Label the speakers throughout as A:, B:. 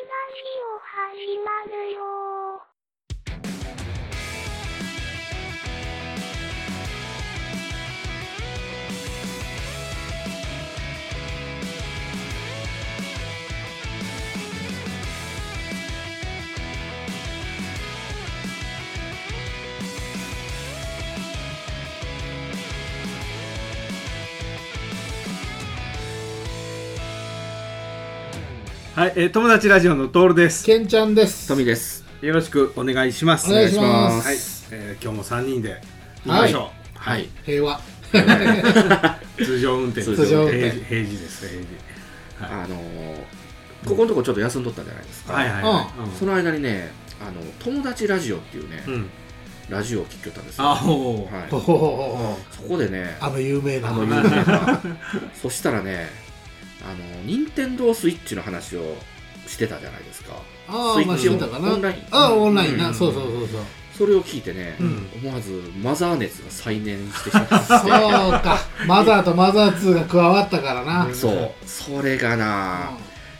A: チラジオ始まるよ
B: はい、えー友達ラジオのトールです。
C: けんちゃんです。
D: トミです。
B: よろしくお願いします。
C: お願いしま
B: はい
C: す。、
B: えー今日も三人で行きましょう。
D: はい。
C: 平和。
B: 通常運転。
D: 通
C: 常運転
B: 平時平時です。平時。
D: あのーここのとこちょっと休んどったじゃないですか。
B: はいはいはい。うん
D: その間にね、あの友達ラジオっていうね、
B: うん。
D: ラジオを聞きよったんですよ。
B: あ
D: は
B: おー。
C: ほほ
D: い。
C: ほほ
D: そこでね、
C: あの有名な
D: あの有名 な。そしたらね、あの任天堂スイッチの話をしてたじゃないですか。
C: あ
D: ス
C: あ、
D: イ
C: まあ
D: ッ
C: 知
D: チ
C: っ
D: を
C: たか
D: オン
C: な。
D: ライン。
C: ああ、オンライン
B: う
C: な。
B: ん
C: そうそうそうそう。
D: それを聞いてね、
B: うん
D: 思わずマザー熱が再燃してしまっ
C: そう
D: て。
C: か。マザーとマザー2が加わったからな。うん
D: そう。それがな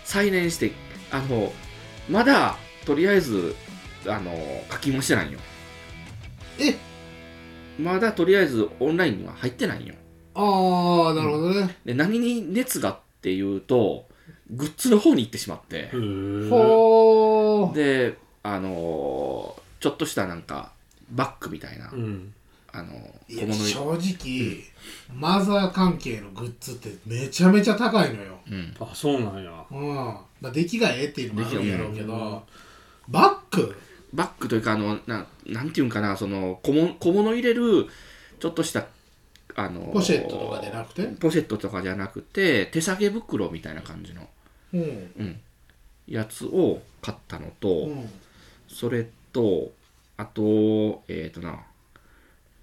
D: 再燃してあのまだとりあえずあの課金もしてないんよ
C: え
D: まだとりあえずオンラインには入ってないんよ
C: ああ、なるほどね。
D: で何に熱がっていうとグッズの方に行ってしまって
B: へー
C: ほー。
D: であのちょっとしたなんかバッグみたいな、
B: うん。
D: あの
C: いや
D: 小物入
C: 正直、マザー関係のグッズってめちゃめちゃ高いのよ。
D: れうん
B: あ、そうなんや。
C: うん。まあ、出来がええっていうのもあるんやろうけ
B: 出来がえ
C: ど、バッグ
D: バッグというかあのななんていうんかなその小物小物入れるちょっとしたあの
C: ポシェットとかでなくて
D: ポシェットとかじゃなくて手提げ袋みたいな感じの、
C: うん。
D: うん、やつを買ったのと、
C: うん。
D: それとあとえっ、ー、とな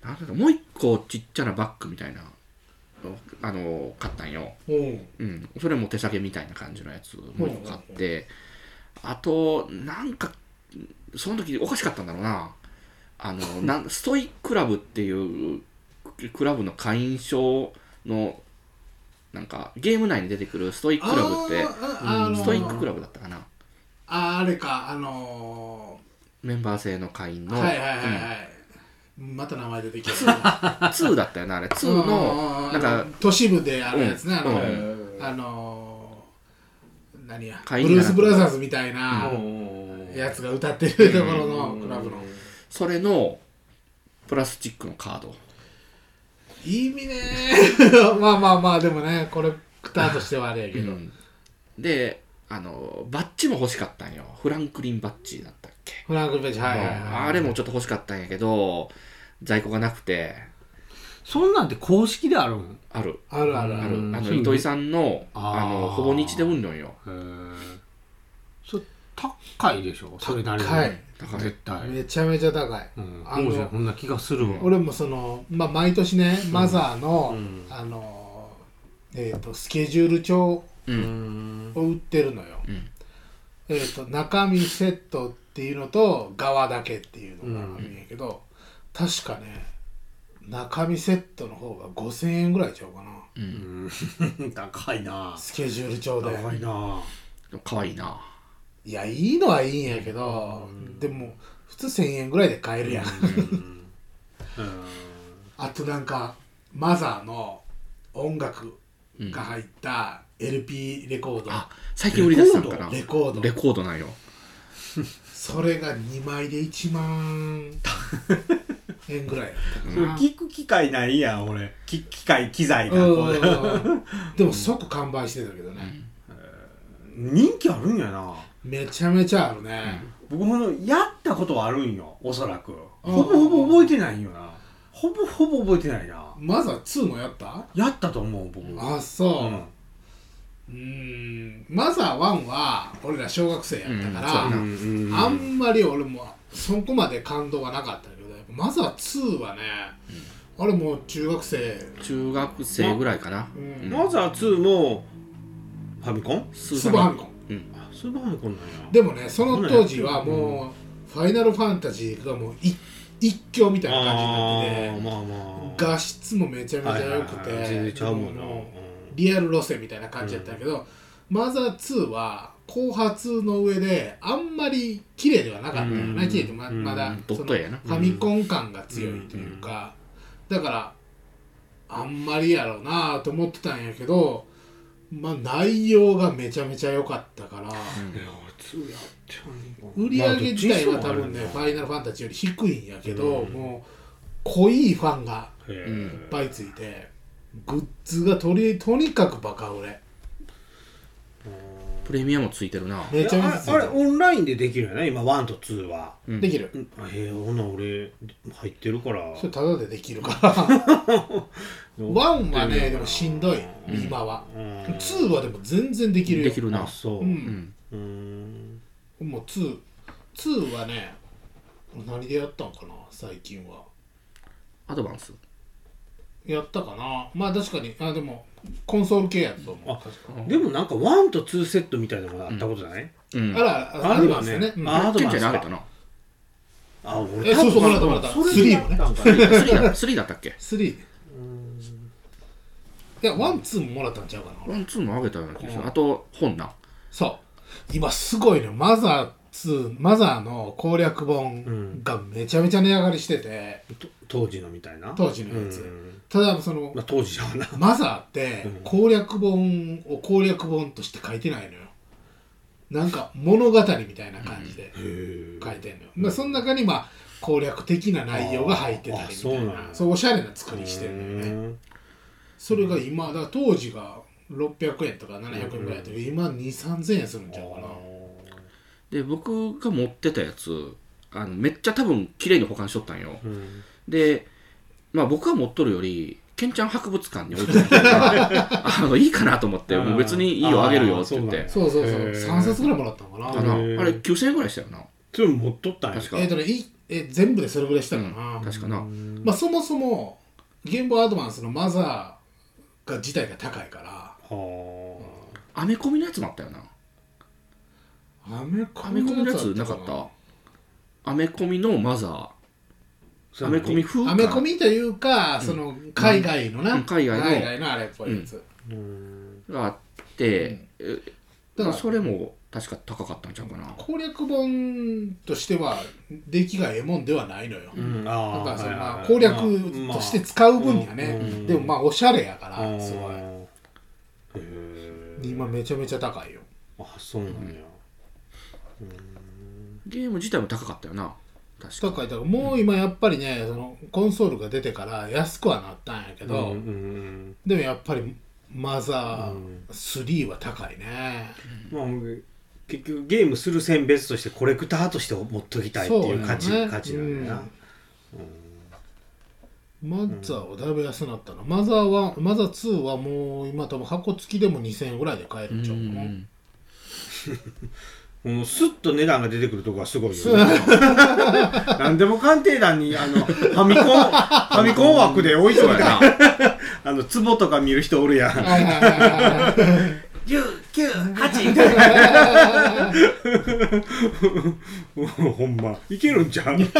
D: なんだろうもう一個ちっちゃなバッグみたいなのあの買ったんよ、
C: うん。
D: うん、それも手提げみたいな感じのやつもう一個買って、あとなんかその時おかしかったんだろうなあの なんストイクラブっていうクラブの会員証のなんかゲーム内に出てくるストイッククラブって
C: あーああのー
D: ストイッククラブだったかな
C: ああれかあの
D: メンバー制の会員
C: ー、
D: の、
C: はいはいはいはい、また名前出てき た
D: うん2だったよなあれ2のなんか
C: 都市部であるやつね、あの、
D: う
C: あのー、何やブ
D: 会員
C: ル
D: じ
C: ー
D: ゃな
C: ス・
D: く
C: ブラザーズみたいなやつが歌ってるところのクラブの
D: それのプラスチックのカード
C: いい味ね ーまあまあまあでもねコレクターとしてはあれやけど、
D: うんであのバッジも欲しかったんよフランクリンバッジだったっけ、
C: フランク・ベッジはいはいはい
D: あれもちょっと欲しかったんやけど在庫がなくて
B: そんなんて公式であるん。
D: ある
C: あるある
D: あ
C: あ
D: る
C: る
B: うん
D: あ
B: そ
D: の
B: うね
D: 糸井さんの
B: あー
D: あのほぼ日でうんのんよ
B: へーそれ高いでしょ。それなりに
C: 高い。
D: 高い
B: 絶対。
C: めちゃめちゃ高い
B: うん。
C: あの
B: そうじゃん。こんな気がするわ。
C: 俺もその、まあ、毎年ねマザーの、
B: うん
C: あのえー、とスケジュール帳を
D: う
B: うんん。
C: 売ってるのよ、
D: うん
C: えー、と中身セットっていうのと側だけっていうのがあるんやけど、確かね中身セットの方が5000円ぐらいちゃうかな
D: うん
B: うん 高いな。
C: スケジュール帳で
B: 高いな。
D: でも可愛いない
C: やいいのはいいんやけど、でも普通1000円ぐらいで買えるやん
B: うん。うん
C: あとなんかマザーの音楽が入った LP レコード、
D: あ最近売り出したんかな
C: レコード
D: レコードなんよ
C: それが2枚で1万円ぐらい
B: それ聞く機会ないやん俺聞く機会機材がこれ
C: うんでも即完売してたけどね、
B: 人気あるんやな
C: めちゃめちゃあるね、
B: 僕ほんのやったことはあるんよおそらく
C: うん
B: ほぼほぼ覚えてないんよなほぼほぼ覚えてないな
C: マザー2もやった
B: やったと思う僕
C: あ
B: う
C: そ
B: ん
C: ううーんマザー1は俺ら小学生やったから、
D: うんそうや
B: うん
C: あんまり俺もそこまで感動がなかったけどやっぱマザー2はね、あれもう中学生
D: 中学生ぐらいかな、
C: うん
D: うん
B: マザー2もファミコン
D: ス
C: スーパーハンコン
D: うん
B: あスーパーファミコンなんや
C: でもねその当時はもう「ファイナルファンタジー」がもう一一強みたいな感じに
B: あ
C: な
B: ー
C: ってて
B: まあまあ
C: 画質もめちゃめちゃ良く
B: はいはいはい全然
C: て
B: ちゃうもんな
C: もう
B: うん
C: リアル路線みたいな感じやったけど、マザー2は後発の上であんまり綺麗ではなかったよ
B: う
C: な、
B: ん
C: 綺麗でままだ
D: うん
C: そ
D: ドッ
C: の
D: ト
C: フ
D: 絵やな
C: ァミコン感が強いというか、だからあんまりやろうなと思ってたんやけど、まあ、内容がめちゃめちゃ良かったから、
B: 俺2やって
C: 売り上げ自体は多分ね、ファイナルファンタジーより低いんやけど、もう濃いファンが
B: へえ
D: うん
C: いっぱいついてグッズがとりとにかくバカ売れ
D: プレミアもついてるな
C: めちゃめちゃ
B: あ
C: つ
B: れあれ
C: い
B: オンラインでできるよね今1と2は
C: てできる
B: うんあへえほな俺入ってるから
C: それタダでできるから
B: うん
C: ワンはねでもしんどい今は
B: うん
C: ツーはでも全然できるよ
D: できるな
B: あそう
C: う
B: うん
D: うん
B: ーん
C: もうツーツーはね何でやったんかな最近は
D: アドバンス
C: やったかなまあ確かにあでもコンソール系やったと思う
B: あ
C: 確か
B: でもなんか1と2セットみたいなのがあったことじゃない
D: うん
C: あら
B: あ
C: あ
B: る
C: り
B: よ
C: ま
B: ね
C: すよねうん
B: あ
D: あ
B: アド
D: ケ
B: バ
D: ン
B: ンスか
D: ちゃんにあげたな
B: あ俺
C: えそうそうもらったもらった
B: それ
C: スリー
B: や
C: も
B: っ
C: ね
B: たんかな
D: 3だ3だったっけ
C: 3いやワンツーももらったんちゃうかな俺
D: ワンツーもあげたような気がするあと本な
C: そう今すごいねマザー2マザーの攻略本がめちゃめちゃ値上がりしてて、
B: と当時のみたいな
C: 当時のやつ
B: うん
C: ただその、
B: まあ当時じゃな
C: マザーっ
B: う
C: て
B: ん
C: 攻略本を攻略本として書いてないのよなんか物語みたいな感じで
B: へ
C: 書いてんのよ、まあ、その中にまあ攻略的な内容が入ってたりみたいな
B: あ
C: そ
B: そううなんや
C: おしゃれな作りしてるのよね、
B: え
C: それが今だから当時が600円とか700円ぐらいだったけど今2 3 0 0円するんちゃうかな
D: で僕が持ってたやつあのめっちゃ多分綺麗に保管しとったんよ
B: うん
D: でまあ僕が持っとるよりケンちゃん博物館に置いてた からあのいいかなと思ってもう別にいいよあげるよって言って
B: あー
C: そうそうそ
B: へ
C: う
B: ー
C: 3冊ぐらいもらったのかな
D: かなあ
B: へー
D: れ9000円ぐらいしたよな
B: それ持っとったんや
D: 確か
C: えーとね、いえー全部でそれぐらいしたかな、
D: うん確かな
C: まあ、そもそもゲームボーイアドバンスのマザーが自体が高いから
B: は
D: アメコミのやつもあったよな
C: アメ
D: アメコミのやつなかったアメコミのマザーアメコミ風か
C: アメコミというか、その海外のな、
D: うん海外の
C: あれっぽいやつ、
B: うん
D: があって、え
C: だから
D: それも確か高かったんちゃうかな
C: 攻略本としては出来がええもんではないのよ、
B: うん
C: だ
B: あ
C: から
B: ー
C: その
B: はいはい
C: ま
B: は
C: あ
B: い
C: 攻略として使う分にはね、
B: うんうん
C: でもまあおしゃれやからすごい
B: へえ
C: 今めちゃめちゃ高いよ
B: あそうなんや
D: ゲーム自体も高かったよな確か
C: 高いだからもう今やっぱりね、そのコンソールが出てから安くはなったんやけ
B: う
C: ど、
B: んうん
C: でもやっぱりマザ
B: うん
C: ー3は高いね、
B: うんまあ結局ゲームする選別としてコレクターとして持っときたいっていう価値
C: そうだよね
B: 価値なんだよな
C: マザーはだいぶ安なったのマザーはマザー2はもう今多分箱付きでも2000円ぐらいで買えるんちゃうかな、
D: うん
B: このスッと値段が出てくるとこがすごいよね。何でも鑑定団にあのファミコンファミコン枠で置いと
D: そう
B: いた
D: やな
B: あの壺とか見る人おるやん。
C: はいはいはいはいはい
D: 998
B: ほんまいけるんちゃう。
C: いやで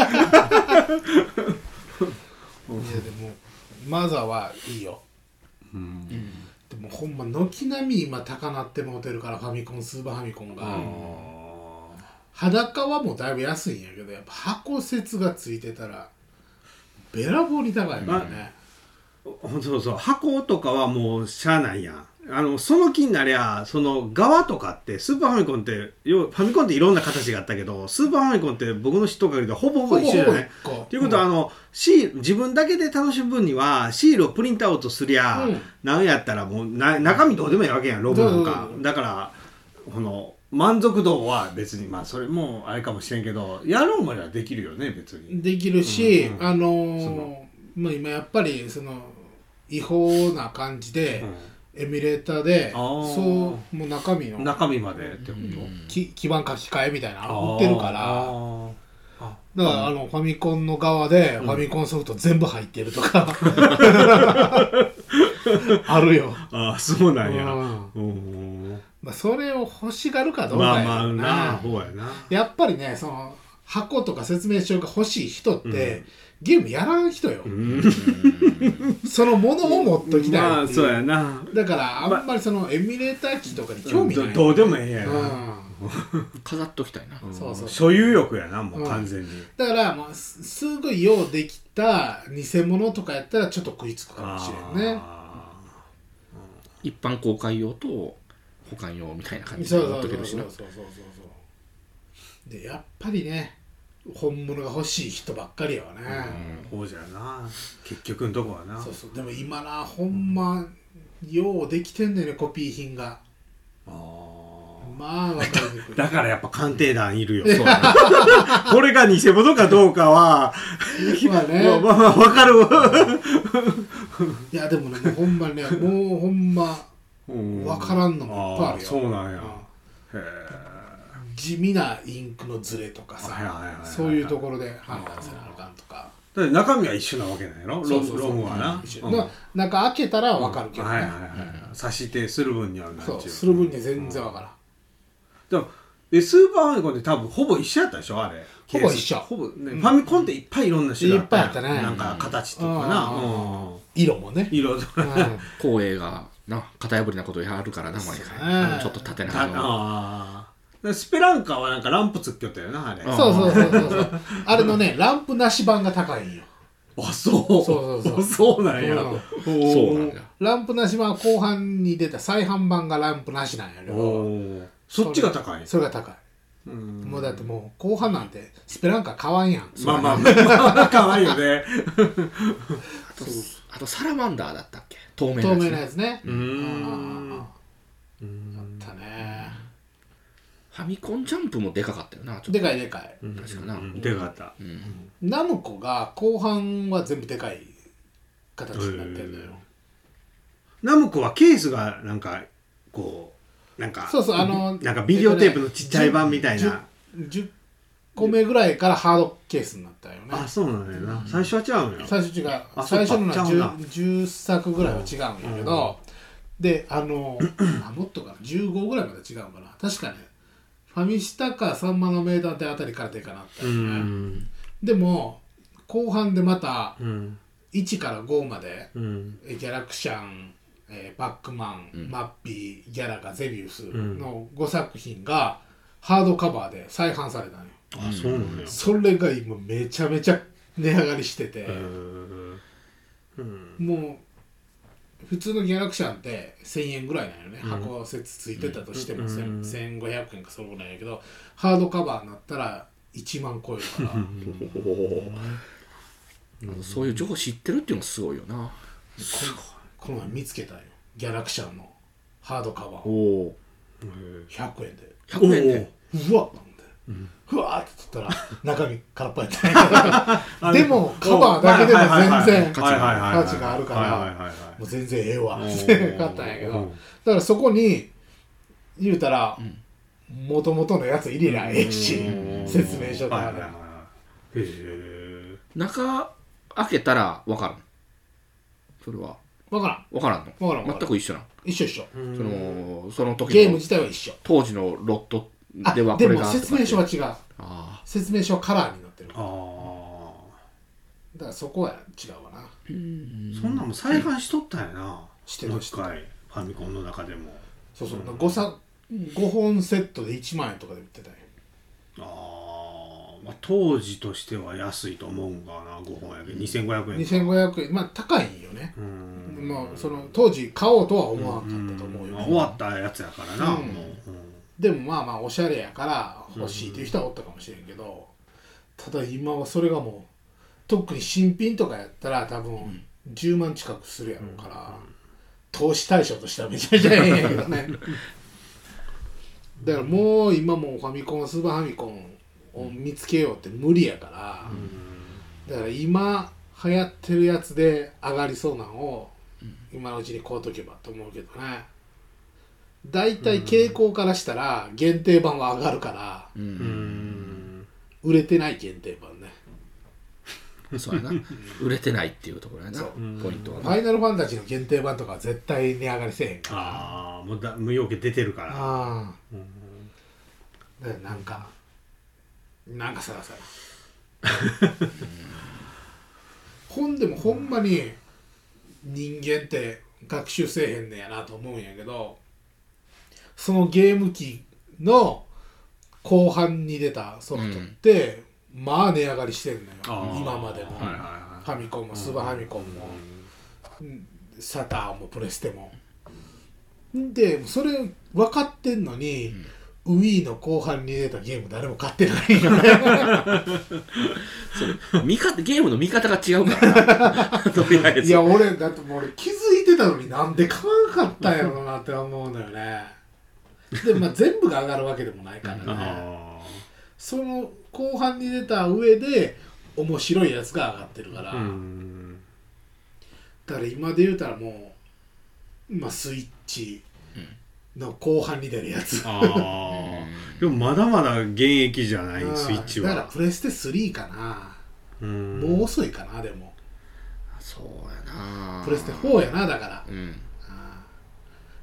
C: もマザーはいいよ、でもほんま軒並み今高なってもうてるからファミコンスーパーファミコンが、裸はもうだいぶ安いんやけどやっぱ箱説がついてたらべらぼうに高いからね、
B: そうそう箱とかはもうしゃあないやんあのその気になりゃその側とかってスーパーファミコンって要はファミコンっていろんな形があったけどスーパーファミコンって僕の知っとる限りではほぼほぼ一緒じゃない
C: ほぼほぼ一緒
B: ということは、あのシール自分だけで楽しむ分にはシールをプリントアウトすりゃ、
C: うん
B: なんやったらもうな中身どうでもいいわけやんロゴなん
C: そう
B: か
C: そうそ
B: だからこの満足度は別にまあそれもあれかもしれんけどやろうまではできるよね別に。
C: できるし、
B: うんうん
C: あの
B: そ
C: ー
B: の
C: まあ、今やっぱりその違法な感じで、エミュレーターで
B: あー
C: そうもう中身
B: うん
C: の
B: 中身までってこと、
C: き基盤書き換えみたいなの売ってるから。
B: あーあ
C: だから、あのファミコンの側でファミコンソフト全部入ってるとか、あるよ、
B: ああそうなんや
C: うん
B: うん
C: まあ、それを欲しがるかどうか
B: まあ
C: や
B: ま
C: ろ
B: あ
C: うな,、
B: なあほうやな
C: やっぱりねその箱とか説明書が欲しい人って、ゲームやらん人よ、
B: うん
C: そのものを持っときたいっていう、
B: まあそうやな
C: だからあんまりそのエミュレーター機とかに興味ない、
B: どどうでもええやん、
C: うん
D: 飾っときたいな。
B: うん
C: そうそう
B: 所有欲やなもう完全に、
C: だからもうすすごいようできた偽物とかやったらちょっと食いつくかもしれんね
B: あー
D: 一般公開用と保管用みたいな感じ
C: そう
D: で
C: そう
D: 持っ
C: そ
D: と
C: うそ
D: け
C: う
D: るし
C: そう
D: な。
C: そうそうでやっぱりね本物が欲しい人ばっかりやわね、
B: そうじゃな結局のとこはな
C: そうそうでも今なほんまようできてんだよねコピー品が
B: あ
C: まあ分かりにく
B: ー
C: い
B: だからやっぱ鑑定団いるよ、 これが偽物かどうかは、
C: まあね
B: まあまあまあわかるわ、
C: いやでもねもうほんまねもうほんま
B: うん
C: わからんのもいっぱいある
B: ー
C: よ
B: そうなんや、へ
C: うん地味なインクのズレとか
B: はいはいはい
C: さ
B: はい
C: そういうところで判断せなあかんとか
B: えだって中身は一緒なわけなんやろロムロムはな、
C: 一
B: う
C: 緒
B: ん
C: だから中開けたら分かるけど
B: はいはい
C: ね
B: はい差し手する分にはなんちゅ
C: そうする分には全然分からん
B: でもえスーパーファミコンって多分ほぼ一緒やったでしょあれ
C: ほぼ一緒
B: ケースほぼ、ねファミコンっていっぱいいろんな種類や
C: いっぱいあったね
B: なんか形っていうかな、
C: う
B: うんん
C: 色もね
B: 色とか
C: うん
D: 光栄がな、型破りなことやるからな、毎
C: そうですね
D: 回。ちょっと縦長の。
B: ああスペランカはなんかランプつっきょったよなあれ
D: うん
B: あ
C: そうそうそうそうそうあれのねランプなし版が高いんよ
B: そう
C: そうそうそう
B: あ そうなんや
C: うん
B: おー
D: そうなんだ。
C: ランプなし版は後半に出た再販版がランプなしなんやけ
B: お
C: ど
B: ーそっちが高い
C: それが高い
B: うん
C: もうだってもう後半なんてスペランカ買わんやん
B: まあまあまあ可愛いよね
D: あと、あとサラマンダーだったっけ透明な
C: 透
D: や
C: 明
D: つね
C: なやつね
B: うーんうん
C: あったね
D: ファミコンジャンプもでかかったよな、ちょっと
C: でかいでかい
D: 確かな
B: うんでかかった
D: うん
C: ナムコが後半は全部でかい形になってるのよ、
B: ナムコはケースがなんかこうなんか
C: そうそうあの
B: なんかビデオテープのちっちゃい版みたいな、
C: 10個目ぐらいからハードケースになったよね
B: あそうなんやな最初は違うんや
C: 最初違う
B: あ
C: 最初のの
B: そ
C: は
B: うかちゃうな
C: 10, 10作ぐらいは違うんやけど、であのあもっとかな15ぐらいまで違うのかな確かねファミスタかサンマの名探偵あたりからでかなった
B: う
C: よね、
B: ん
C: でも後半でまた
B: うん
C: 1から5まで
B: うん
C: えギャラクシャン、えーバックマン、
D: うん
C: マッピーギャラガゼビウス
B: ん
C: の5作品がハードカバーで再販されたのよ
B: あそうなんや
C: それが今めちゃめちゃ値上がりしてて、
B: うんうん
C: もう普通のギャラクシャンって1000円ぐらいなんよね、箱説ついてたとして
B: う
C: も、
B: ん
C: 千1500円かそれぐらいやけどハードカバーになったら1万超えるから
D: うんそういう情報知ってるっていうのがすごいよな。
C: この前見つけたんよギャラクシャンのハードカバー
D: お
C: を
D: お。
C: 100円で
D: 100円で。
C: うわっなんで、うわーって言 ったら中身空っぽやったんやけどでもカバーだけでも全然
B: はいはいはいはい
C: 価値があるから
B: はいはいはいはい
C: もう全然ええわ
B: おー
C: って 買ったんやけど
B: うん
C: だからそこに言うたらもともとのやつ入れりゃええし説明書と
B: はいは
C: か
B: い
C: ね
B: はいへえ
D: 中開けたら分からん。それは。
C: 分からん
D: 分からんの。
C: わからんわからん
D: 全く一緒なん。
C: 一緒一緒
D: その、その時の。
C: ゲーム自体は一緒
D: 当時のロット
C: あ
D: で
C: で
D: はこれ
C: も
D: が
C: 説明書は違う
D: あ
C: 説明書はカラーになってるだか
B: あ
C: らそこは違うわな
B: あそんなんも再販しとったんやな
C: してる
B: もう一回ファミコンの中でも
C: そうそう5作5本セットで1万円とかで売ってたんよ
B: ああまあ当時としては安いと思うんかな5本やけど2500円
C: 2500円まあ高いんよね
B: うん
C: まあその当時買おうとは思わなかったと思うよ、
B: まあ終わったやつやからな、
C: うん
B: もう、
C: でもまあまあおしゃれやから欲しいっていう人はおったかもしれんけど、ただ今はそれがもう特に新品とかやったら多分10万近くするやろうから、投資対象としてはめちゃめちゃええんやけどねだからもう今もうファミコンスーパーファミコンを見つけようって無理やから、だから今流行ってるやつで上がりそうなんを今のうちに買うとけばと思うけどね大体傾向からしたら限定版は上がるから
D: あうん
B: うん
C: 売れてない限定版ね
D: そうやな売れてないっていうところやなポイン
C: 「
D: トは
C: フ
D: な
C: ァイナルファンタジー」の限定版とかは絶対値上がりせえへんから
B: ああもうだ無用件出てるから
C: ああだ からなんかなんかさらさら本でもほんまに人間って学習せえへんねやなと思うんやけどそのゲーム機の後半に出たソフトって、まあ値上がりしてんの
B: あ
C: よ
B: ー
C: 今までも、
B: はいはいはい
C: ファミコンもスーパーファミコンも、サターンもプレステもでそれ分かってんのに、ウィーの後半に出たゲーム誰も買ってないよね
D: それ見方ゲームの見方が違うからなとりあえ
C: い
D: ず
C: や俺だってもう俺気づいてたのになんで買わんかったんやろうなって思うのよねでまあ全部が上がるわけでもないからね
B: あ
C: その後半に出た上で面白いやつが上がってるから、
B: あうん
C: だから今で言うたらもう、まあ、スイッチの後半に出るやつ、
B: ああでもまだまだ現役じゃない
C: うん
B: スイッチ
C: だから
B: は
C: プレステ3かな、
B: うん
C: もう遅いかなでも
D: そうやな
C: プレステ4やなだから、
D: うん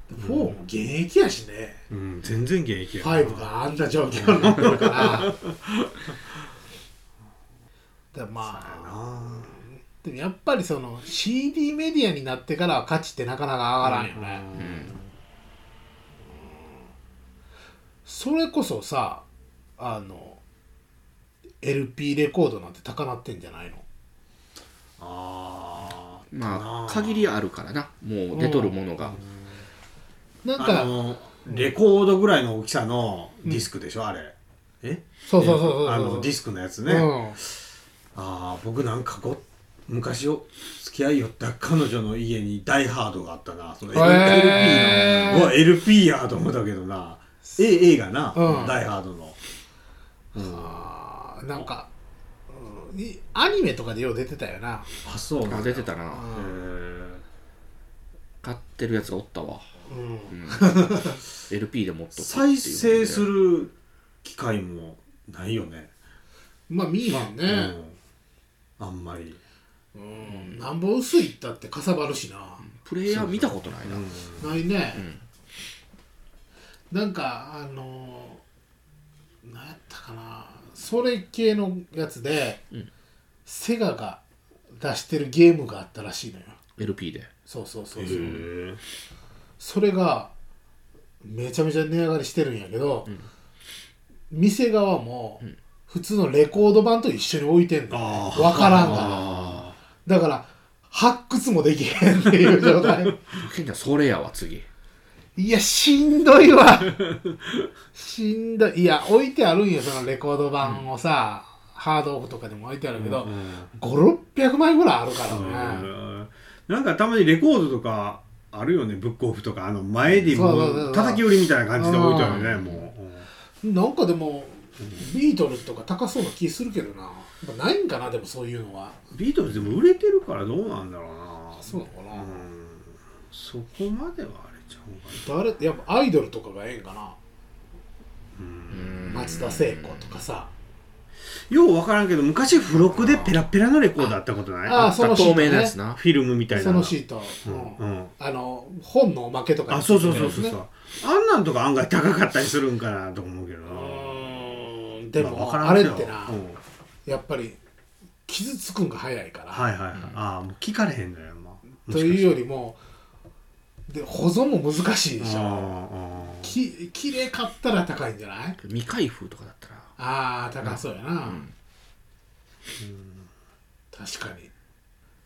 C: うん、4も現役やしね、
B: うん全然現役やな
C: 5があんな状況になってるから だからまあ
B: あ
C: でもやっぱりその CD メディアになってからは価値ってなかなか上がらんよね、
B: あ
C: それこそさあの LP レコードなんて高なってんじゃないの
B: あ
D: まあ限りあるからなもう出とるものが
C: なん
B: あ
C: か
B: のレコードぐらいの大きさのディスクでしょあれえ
C: そうそうそうそうそう
B: あのディスクのやつね、ああ僕なんかご昔を付き合いよった彼女の家にダイハードがあったなその LP の、
C: へー
B: うわ LP やと思ったけどな A, A がな、
C: うん
B: ダイハードの
C: うんあーなんか、うんいアニメとかでよう出てたよな、
B: あそうなんだ
D: あ出てた
C: う
D: なん
B: へ
D: 買ってるやつがおったわ
C: うん、
D: うん LP で持っと
B: ー
D: く
B: 再生する機会もないよね、
C: まあ見えへん
B: う
C: ね、
B: ん、あんまり、
C: うん、なんぼ薄いったってかさばるしな、
D: プレイヤー見たことないな
C: ないね、
D: ん
C: なんかあのー、なんやったかなそれ系のやつで、
D: うん
C: セガが出してるゲームがあったらしいのよ
D: LP で
C: そうそうそう
B: へ
C: そう、
B: ー
C: それがめちゃめちゃ値上がりしてるんやけど、店側も普通のレコード版と一緒に置いてんの、
B: あー
C: わからんが
B: あ
C: らだから発掘もできへんっていう状態
D: ケンちゃんそれやわ次
C: いやしんどいわしんどいいや置いてあるんよそのレコード版をさ、ハードオフとかでも置いてあるけど、
B: ーうん
C: 5600枚ぐらいあるからね、
B: うんなんかたまにレコードとかあるよねブックオフとかあの前にも
C: そうそうそう
B: う
C: そう
B: 叩き売りみたいな感じで置いてあるよねもう
C: なんかでもビートルズとか高そうな気するけどなやっぱないんかなでもそういうのは
B: うんビートルズでも売れてるからどうなんだろうな
C: そうなのかな、
B: うんそこまではあれちゃうか
C: 誰やっぱアイドルとかがええんかな
D: うん
C: 松田聖子とかさ
B: なよう分からんけど昔付録でペラペラのレコードあったことない
C: あーそのシー
D: 透
C: トね
D: 明なやつな
B: フィルムみたいな
C: そのシート、
B: う
C: うんん
B: うん
C: あの本のおまけとかに
B: あそうそうそうそう
C: ね
B: そうあんなんとか案外高かったりするんかなと思うけどな
C: うーんでも、
B: ま
C: あ
B: あ、わから
C: れ
B: ん
C: っ
B: けど
C: てな、
B: うん
C: やっぱり傷つくんが早いから、
B: はいはいはい、ああもう聞かれへんのよ、まあ、
C: というよ
B: り
C: りもで保存も難し
B: で
C: いでしょき綺麗買ったら高いんじゃない
D: 未開封とかだったら
C: ああ高そうやな、
D: うん
C: 確かに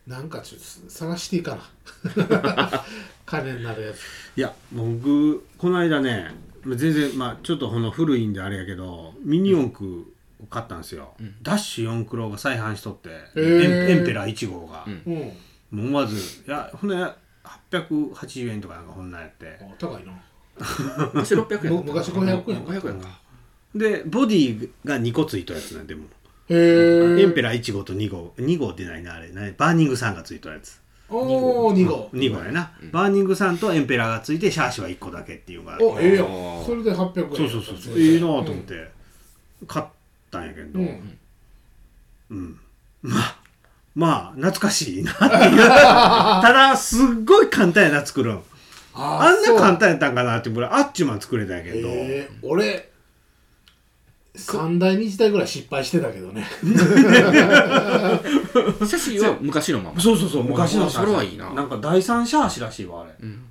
C: なんかちょっと探していいかな金になるやつ
B: いやもう僕この間ね全然まあちょっとこの古いんであれやけどミニ四駆を買ったんですよ、
D: ん
B: ダッシュ四駆郎が再販しとって、
C: ー
B: エンエンペラー1号が、
D: うん
C: うん
B: もう思わずいやほんな880円とかなんかこんなんやって
C: あ高いな
D: 昔600円
C: む昔500円
D: 500円か
B: でボディが2個ついたやつなんでも
C: へえ
B: エンペラー1号と2号2号出ないなあれ何バーニング3がついたやつ
C: おお2号
B: 2号やな、バーニングさんとエンペラーがついてシャーシは1個だけっていうのが
C: おええや
D: あー
C: んそれで800円
B: そうそうそうそう
C: え
B: い
C: え
B: いなぁと思って、買ったんやけど、
C: うん、
B: うんまあまあ懐かしいなって いうただすっごい簡単やな作るんあんな簡単やったんかなって俺あっちゅうまん作れたんやけど、
C: ええ俺3台2台ぐらい失敗してたけどね
D: 写真は昔のまま。
B: そうそうそう昔の
D: それはいいな
B: なんか第三シャーシらしいわあれ、
D: うん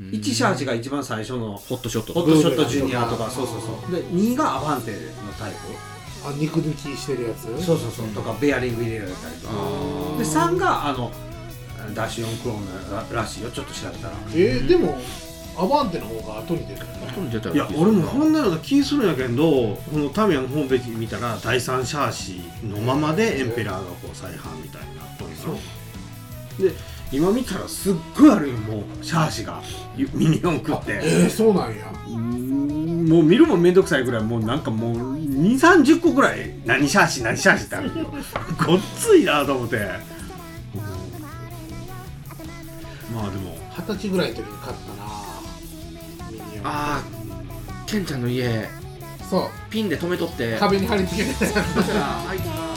D: うん
B: 一1シャーシが一番最初の
D: ホットショット
B: ホ
D: と
B: ッ
D: か。
B: トショットジュニアと
C: う
B: か
C: ん
B: そうそうそうで2がアファンテのタイ
C: あ肉抜きしてるやつ
B: プそうそうそうとかベアリング入れられたりとか
D: あー
B: で3があのダッシュ4クローンららしいよちょっと調べたら
C: えーでもアバンテの方が後に出るよね
D: 後に出たら
B: いや俺もこ
D: ん
B: んなような気するんやけどこのタミヤのホームページ見たら第三シャーシのままでエンペラーがこう再販みたいになったんですよで今見たらすっごいあるよもうシャーシがミニオン食って
C: えー、そうなんや
B: うーんもう見るもんめんどくさいぐらいもうなんかもう2 3 0個ぐらい何シャーシ何シャーシってあるよ ごっついなと思って、うんまあでも
C: 二十歳ぐらいの時に買ったなミニオン
D: ああ、ケンちゃんの家、
C: そう
D: ピンで止めとって。
C: 壁に貼り付けてたやつ
D: そしたらあいつが